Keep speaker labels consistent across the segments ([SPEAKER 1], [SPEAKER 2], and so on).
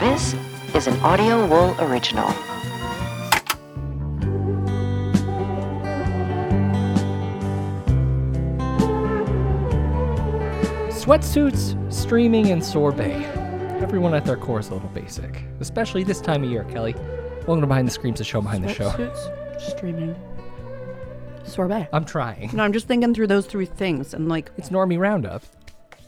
[SPEAKER 1] This is an Audio Wool original.
[SPEAKER 2] Sweatsuits, streaming, and sorbet. Everyone at their core is a little basic, especially this time of year, Kelly. Welcome to Behind the Screams, the show behind the show. Uh,
[SPEAKER 3] Sweatsuits, streaming. Sorbet.
[SPEAKER 2] I'm trying.
[SPEAKER 3] No, I'm just thinking through those three things. And like,
[SPEAKER 2] It's Normie Roundup.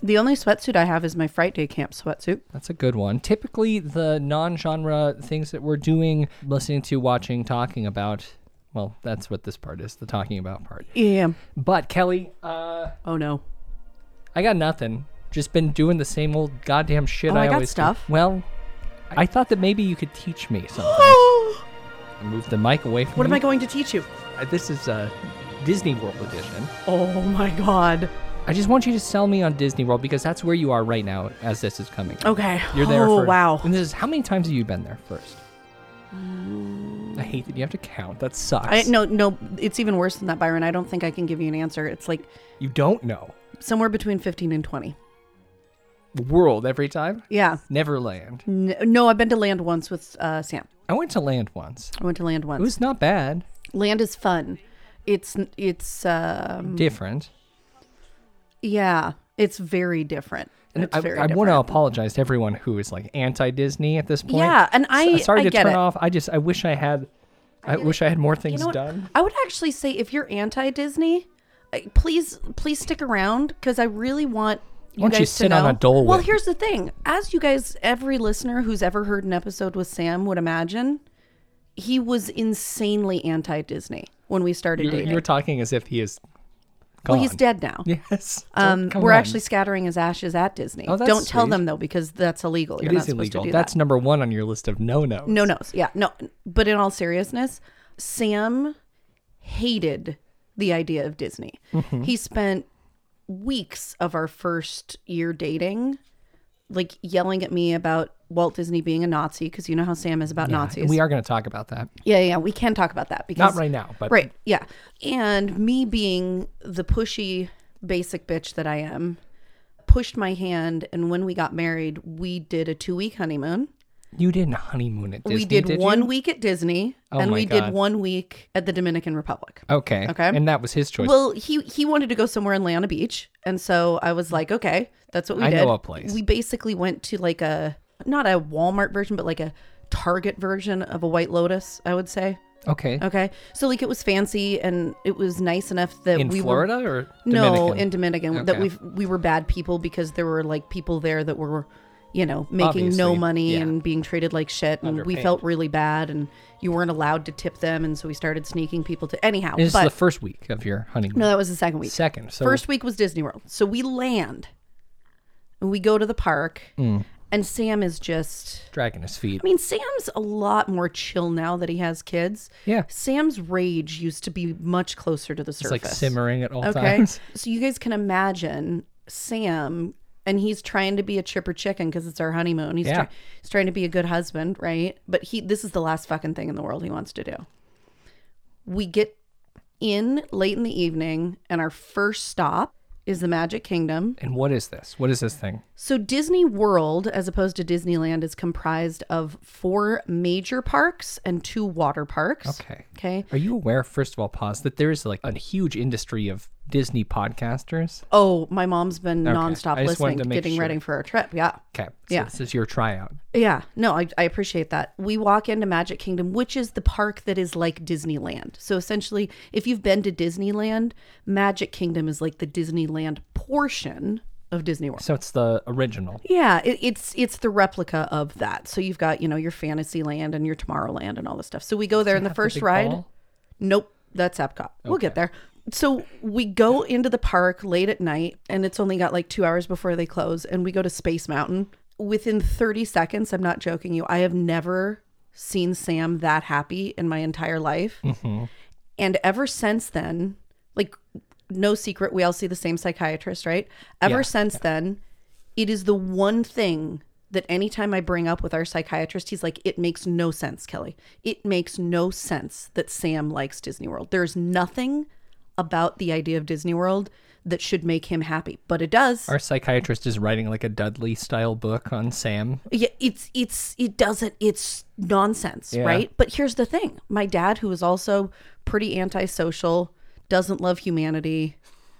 [SPEAKER 3] the only sweatsuit I have is my Fright Day Camp sweatsuit.
[SPEAKER 2] That's a good one. Typically, the non genre things that we're doing, listening to, watching, talking about, well, that's what this part is the talking about part.
[SPEAKER 3] Yeah.
[SPEAKER 2] But, Kelly, uh,
[SPEAKER 3] Oh no.
[SPEAKER 2] I got nothing. Just been doing the same old goddamn shit
[SPEAKER 3] Oh,
[SPEAKER 2] I,
[SPEAKER 3] I got
[SPEAKER 2] always do.
[SPEAKER 3] stuff.
[SPEAKER 2] Well, I thought that maybe you could teach me something.
[SPEAKER 3] what
[SPEAKER 2] Move the mic away from
[SPEAKER 3] am
[SPEAKER 2] you.
[SPEAKER 3] I going to teach you?
[SPEAKER 2] Uh, This is a Disney World edition.
[SPEAKER 3] Oh my god.
[SPEAKER 2] I just want you to sell me on Disney World because that's where you are right now as this is coming. out.
[SPEAKER 3] Okay.
[SPEAKER 2] You're there
[SPEAKER 3] Oh
[SPEAKER 2] for
[SPEAKER 3] wow.
[SPEAKER 2] And this is how many times have you been there first? I hate that you have to count. That sucks.
[SPEAKER 3] I no no. It's even worse than that, Byron. I don't think I can give you an answer. It's like
[SPEAKER 2] You don't know.
[SPEAKER 3] somewhere between 15 and 20.
[SPEAKER 2] World every time?
[SPEAKER 3] Yeah.
[SPEAKER 2] Neverland.
[SPEAKER 3] N- No, I've been to land once with uh, Sam.
[SPEAKER 2] I went to land once.
[SPEAKER 3] I went to land once.
[SPEAKER 2] It was not bad.
[SPEAKER 3] Land is fun. It's it's um
[SPEAKER 2] Different.
[SPEAKER 3] yeah. It's very different.
[SPEAKER 2] And
[SPEAKER 3] It's
[SPEAKER 2] I,
[SPEAKER 3] very
[SPEAKER 2] I want to
[SPEAKER 3] different.
[SPEAKER 2] apologize to everyone who is like anti Disney at this point.
[SPEAKER 3] Yeah, and
[SPEAKER 2] S-
[SPEAKER 3] I-
[SPEAKER 2] sorry
[SPEAKER 3] I
[SPEAKER 2] to
[SPEAKER 3] get
[SPEAKER 2] turn
[SPEAKER 3] it.
[SPEAKER 2] off. I just I wish I had I, wish I had more things
[SPEAKER 3] You know what?
[SPEAKER 2] done.
[SPEAKER 3] I would actually say if you're anti Disney, please please stick around because I really want you
[SPEAKER 2] Why don't
[SPEAKER 3] guys
[SPEAKER 2] you
[SPEAKER 3] to
[SPEAKER 2] sit
[SPEAKER 3] know.
[SPEAKER 2] on a Dole
[SPEAKER 3] well,
[SPEAKER 2] Whip?
[SPEAKER 3] here's the thing: as you guys, every listener who's ever heard an episode with Sam would imagine, he was insanely anti Disney when we started
[SPEAKER 2] You're,
[SPEAKER 3] dating.
[SPEAKER 2] you're talking as if he is gone.
[SPEAKER 3] well, he's dead now.
[SPEAKER 2] Yes.
[SPEAKER 3] Um,
[SPEAKER 2] Come
[SPEAKER 3] we're
[SPEAKER 2] on.
[SPEAKER 3] actually scattering his ashes at Disney.
[SPEAKER 2] Oh, that's
[SPEAKER 3] Don't tell
[SPEAKER 2] sweet.
[SPEAKER 3] them though, because that's illegal. You're
[SPEAKER 2] It
[SPEAKER 3] not
[SPEAKER 2] is
[SPEAKER 3] supposed
[SPEAKER 2] illegal.
[SPEAKER 3] to do
[SPEAKER 2] That's
[SPEAKER 3] that.
[SPEAKER 2] number one on your list of no no.
[SPEAKER 3] No nos. Yeah, no. But in all seriousness, Sam hated the idea of Disney.
[SPEAKER 2] Mm-hmm.
[SPEAKER 3] He spent weeks of our first year dating, like yelling at me about Walt Disney being a Nazi, because you know how Sam is about Nazis.
[SPEAKER 2] We are going to talk about that.
[SPEAKER 3] Yeah, yeah, we can talk about that because
[SPEAKER 2] Not right now, but
[SPEAKER 3] Right. Yeah. And me being the pushy basic bitch that I am, pushed my hand and when we got married, we did a 2-week honeymoon.
[SPEAKER 2] you didn't honeymoon at Disney.
[SPEAKER 3] we did,
[SPEAKER 2] did
[SPEAKER 3] one
[SPEAKER 2] you? Oh
[SPEAKER 3] week at Disney and
[SPEAKER 2] my
[SPEAKER 3] we
[SPEAKER 2] God.
[SPEAKER 3] did one week at the Dominican Republic.
[SPEAKER 2] Okay.
[SPEAKER 3] Okay.
[SPEAKER 2] And that was his choice.
[SPEAKER 3] Well, he he wanted to go somewhere in Leona Beach, and so I was like, okay, that's what we
[SPEAKER 2] I
[SPEAKER 3] did.
[SPEAKER 2] know a place.
[SPEAKER 3] We basically went to like a not a Walmart version, but like a Target version of a White Lotus, I would say.
[SPEAKER 2] okay.
[SPEAKER 3] Okay. So like it was fancy and it was nice enough that
[SPEAKER 2] In
[SPEAKER 3] we were
[SPEAKER 2] Florida or
[SPEAKER 3] no
[SPEAKER 2] Dominican?
[SPEAKER 3] in Dominican that
[SPEAKER 2] Okay.
[SPEAKER 3] we we were bad people because there were like people there that were you know making no
[SPEAKER 2] Obviously,
[SPEAKER 3] money
[SPEAKER 2] yeah.
[SPEAKER 3] and being treated like shit and we
[SPEAKER 2] Underpaid.
[SPEAKER 3] felt really bad and you weren't allowed to tip them and so we started sneaking people to anyhow
[SPEAKER 2] This
[SPEAKER 3] but
[SPEAKER 2] is the first week of your honeymoon.
[SPEAKER 3] no that was the second week
[SPEAKER 2] Second. So
[SPEAKER 3] first week was Disney World. So we land and we go to the park,
[SPEAKER 2] Hmm.
[SPEAKER 3] and Sam is just.
[SPEAKER 2] dragging his feet.
[SPEAKER 3] I mean, Sam's a lot more chill now that he has kids.
[SPEAKER 2] Yeah.
[SPEAKER 3] Sam's rage used to be much closer to the
[SPEAKER 2] It's
[SPEAKER 3] surface.
[SPEAKER 2] like simmering at all
[SPEAKER 3] Okay.
[SPEAKER 2] times.
[SPEAKER 3] so you guys can imagine Sam, and he's trying to be a chipper chicken because it's our honeymoon. He's,
[SPEAKER 2] Yeah.
[SPEAKER 3] try- he's trying to be a good husband, right? But he, this is the last fucking thing in the world he wants to do. We get in late in the evening, and our first stop is the Magic Kingdom.
[SPEAKER 2] And what is this? What is this thing?
[SPEAKER 3] So Disney World, as opposed to Disneyland, is comprised of four major parks and two water parks.
[SPEAKER 2] Okay.
[SPEAKER 3] Okay.
[SPEAKER 2] Are you aware, first of all, pause, that there is like a huge industry of Disney podcasters?
[SPEAKER 3] Oh, my mom's been nonstop
[SPEAKER 2] I just wanted
[SPEAKER 3] listening,
[SPEAKER 2] to make
[SPEAKER 3] getting
[SPEAKER 2] sure.
[SPEAKER 3] ready for our trip. Yeah.
[SPEAKER 2] Okay. So
[SPEAKER 3] Yeah.
[SPEAKER 2] This is your tryout.
[SPEAKER 3] Yeah, no, I, I appreciate that. We walk into Magic Kingdom, which is the park that is like Disneyland. So essentially, if you've been to Disneyland, Magic Kingdom is like the Disneyland portion of Disney World.
[SPEAKER 2] So it's the original.
[SPEAKER 3] Yeah, it, it's it's the replica of that. So you've got you know your Fantasyland and your Tomorrowland and all this stuff. So we go there in the
[SPEAKER 2] Have
[SPEAKER 3] first
[SPEAKER 2] big
[SPEAKER 3] ride.
[SPEAKER 2] ball?
[SPEAKER 3] Nope, that's Epcot. We'll get there. So we go into the park late at night, and it's only got like two hours before they close, and we go to Space Mountain. Within 30 seconds, I'm not joking you, I have never seen Sam that happy in my entire life. And ever since then, like, no secret, we all see the same psychiatrist, right? Ever
[SPEAKER 2] Yeah,
[SPEAKER 3] since then, it is the one thing that anytime I bring up with our psychiatrist, he's like, it makes no sense, Kelly. It makes no sense that Sam likes Disney World. There's nothing about the idea of Disney World that should make him happy, but it does.
[SPEAKER 2] Our psychiatrist is writing like a Dudley style book on Sam.
[SPEAKER 3] Yeah, it's it's it doesn't it's nonsense,
[SPEAKER 2] Yeah.
[SPEAKER 3] right? But here's the thing. My dad who is also pretty antisocial, doesn't love humanity,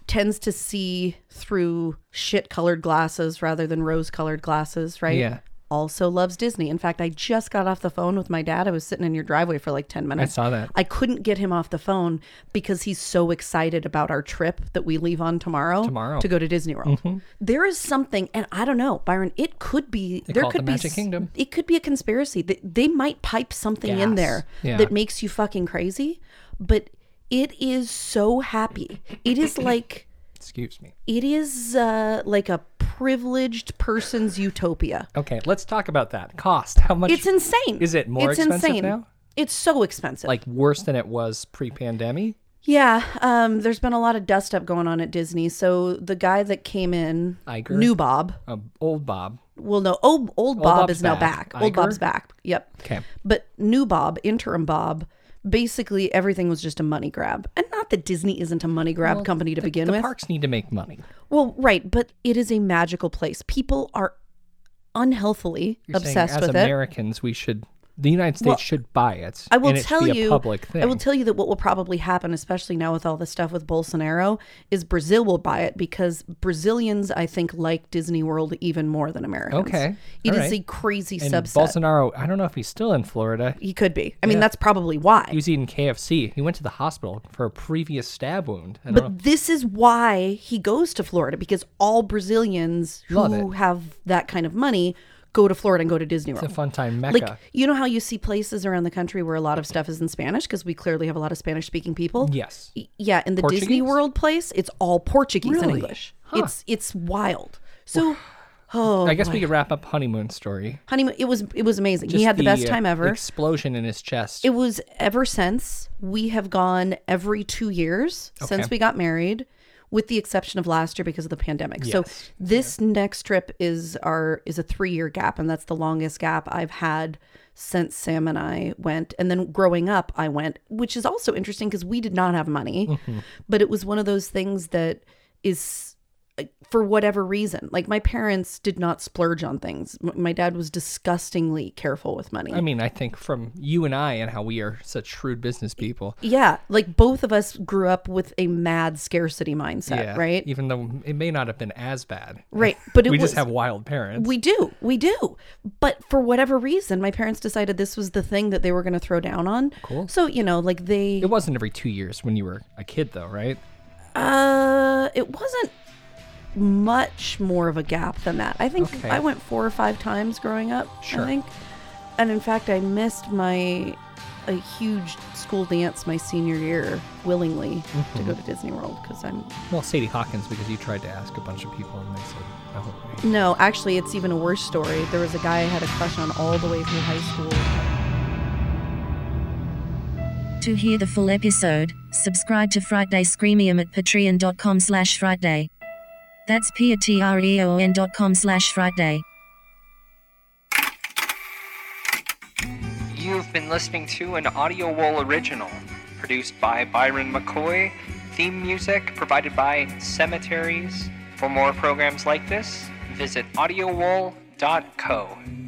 [SPEAKER 3] tends to see through shit-colored glasses rather than rose-colored glasses, right?
[SPEAKER 2] Yeah.
[SPEAKER 3] Also loves Disney. In fact, I just got off the phone with my dad. I was sitting in your driveway for like 10 minutes.
[SPEAKER 2] saw that.
[SPEAKER 3] I couldn't get him off the phone because he's so excited about our trip that we leave on tomorrow,
[SPEAKER 2] Tomorrow. Mm-hmm.
[SPEAKER 3] to go to Disney World. There is something, and I don't know, Byron. It could be there
[SPEAKER 2] call it
[SPEAKER 3] could
[SPEAKER 2] the
[SPEAKER 3] be
[SPEAKER 2] Magic
[SPEAKER 3] s-
[SPEAKER 2] Kingdom.
[SPEAKER 3] It could be a conspiracy. They, they might pipe something in
[SPEAKER 2] Yes.
[SPEAKER 3] there
[SPEAKER 2] Yeah.
[SPEAKER 3] that makes you fucking crazy, but it is so happy. It is like
[SPEAKER 2] Excuse me.
[SPEAKER 3] it is uh, like a privileged person's utopia.
[SPEAKER 2] Okay, let's talk about that. Cost. How much?
[SPEAKER 3] It's insane.
[SPEAKER 2] Is it more
[SPEAKER 3] it's
[SPEAKER 2] expensive
[SPEAKER 3] insane.
[SPEAKER 2] now?
[SPEAKER 3] It's so expensive.
[SPEAKER 2] like worse than it was pre-pandemic.
[SPEAKER 3] Yeah, um, there's been a lot of dust up going on at Disney. So the guy that came in,
[SPEAKER 2] Iger?
[SPEAKER 3] new Bob.
[SPEAKER 2] Um, old Bob.
[SPEAKER 3] Well, no, old, old Bob
[SPEAKER 2] Bob's
[SPEAKER 3] is now
[SPEAKER 2] back.
[SPEAKER 3] back. Old
[SPEAKER 2] Iger?
[SPEAKER 3] Bob's back. Yep.
[SPEAKER 2] Okay.
[SPEAKER 3] But new Bob, interim Bob, basically everything was just a money grab. And not that Disney isn't a money grab company to begin
[SPEAKER 2] the
[SPEAKER 3] with.
[SPEAKER 2] parks need to make money.
[SPEAKER 3] Well, right, but it is a magical place. People are unhealthily
[SPEAKER 2] You're saying
[SPEAKER 3] obsessed
[SPEAKER 2] as
[SPEAKER 3] with it.
[SPEAKER 2] Americans, we should. The United States
[SPEAKER 3] Well,
[SPEAKER 2] should buy it.
[SPEAKER 3] I will
[SPEAKER 2] and it should
[SPEAKER 3] tell
[SPEAKER 2] be a
[SPEAKER 3] you.
[SPEAKER 2] public thing.
[SPEAKER 3] I will tell you that what will probably happen, especially now with all this stuff with Bolsonaro, is Brazil will buy it because Brazilians, I think, like Disney World even more than Americans.
[SPEAKER 2] Okay.
[SPEAKER 3] it
[SPEAKER 2] All
[SPEAKER 3] is
[SPEAKER 2] right.
[SPEAKER 3] a crazy
[SPEAKER 2] and
[SPEAKER 3] subset.
[SPEAKER 2] Bolsonaro. I don't know if he's still in Florida.
[SPEAKER 3] he could be. I mean, that's probably why.
[SPEAKER 2] He was eating KFC. He went to the hospital for a previous stab wound. I don't know.
[SPEAKER 3] but this is why he goes to Florida because all Brazilians
[SPEAKER 2] Love
[SPEAKER 3] who have that kind of money go to Florida and go to Disney World.
[SPEAKER 2] It's a fun time mecca.
[SPEAKER 3] Like you know how you see places around the country where a lot of stuff is in Spanish because we clearly have a lot of Spanish speaking people.
[SPEAKER 2] yes.
[SPEAKER 3] Y- Yeah, in the Disney
[SPEAKER 2] Portuguese?
[SPEAKER 3] World place, it's all Portuguese and
[SPEAKER 2] Really?
[SPEAKER 3] English. It's it's wild. So oh
[SPEAKER 2] I guess we could wrap up honeymoon story.
[SPEAKER 3] honeymoon, it was it was amazing. he
[SPEAKER 2] Just
[SPEAKER 3] had the, best
[SPEAKER 2] uh,
[SPEAKER 3] time ever.
[SPEAKER 2] Explosion in his chest.
[SPEAKER 3] it was ever since we have gone every two years since we got married, with the exception of last year because of the pandemic. So
[SPEAKER 2] Yes.
[SPEAKER 3] this next trip is our is a three year gap, and that's the longest gap I've had since Sam and I went. And then growing up, I went, which is also interesting because we did not have money, but it was one of those things that is for whatever reason like my parents did not splurge on things M- my dad was disgustingly careful with money
[SPEAKER 2] I mean, I think from you and I and how we are such shrewd business people.
[SPEAKER 3] Yeah, like both of us grew up with a mad scarcity mindset,
[SPEAKER 2] Yeah.
[SPEAKER 3] right?
[SPEAKER 2] Even though it may not have been as bad.
[SPEAKER 3] Right, but it
[SPEAKER 2] we
[SPEAKER 3] was
[SPEAKER 2] just have wild parents.
[SPEAKER 3] we do, we do. But for whatever reason, my parents decided this was the thing that they were going to throw down on. Cool. So you know, like they,
[SPEAKER 2] it wasn't every two years when you were a kid, though, right?
[SPEAKER 3] uh, it wasn't much more of a gap than that. I think
[SPEAKER 2] Okay.
[SPEAKER 3] I went four or five times growing up.
[SPEAKER 2] Sure.
[SPEAKER 3] I think, and in fact, I missed my a huge school dance my senior year willingly to
[SPEAKER 2] Mm-hmm.
[SPEAKER 3] go to Disney World because I'm
[SPEAKER 2] Well, Sadie Hawkins, because you tried to ask a bunch of people and they said, no.
[SPEAKER 3] No, actually, it's even a worse story. There was a guy I had a crush on all the way through high school.
[SPEAKER 4] To hear the full episode, subscribe to Friday Screamium at patreon.com slash Friday. That's p-a-t-r-e-o-n E dot com slash Friday.
[SPEAKER 5] You've been listening to an Audio Wool original, produced by Byron McCoy. Theme music provided by Cemeteries. For more programs like this, visit audiowool.co.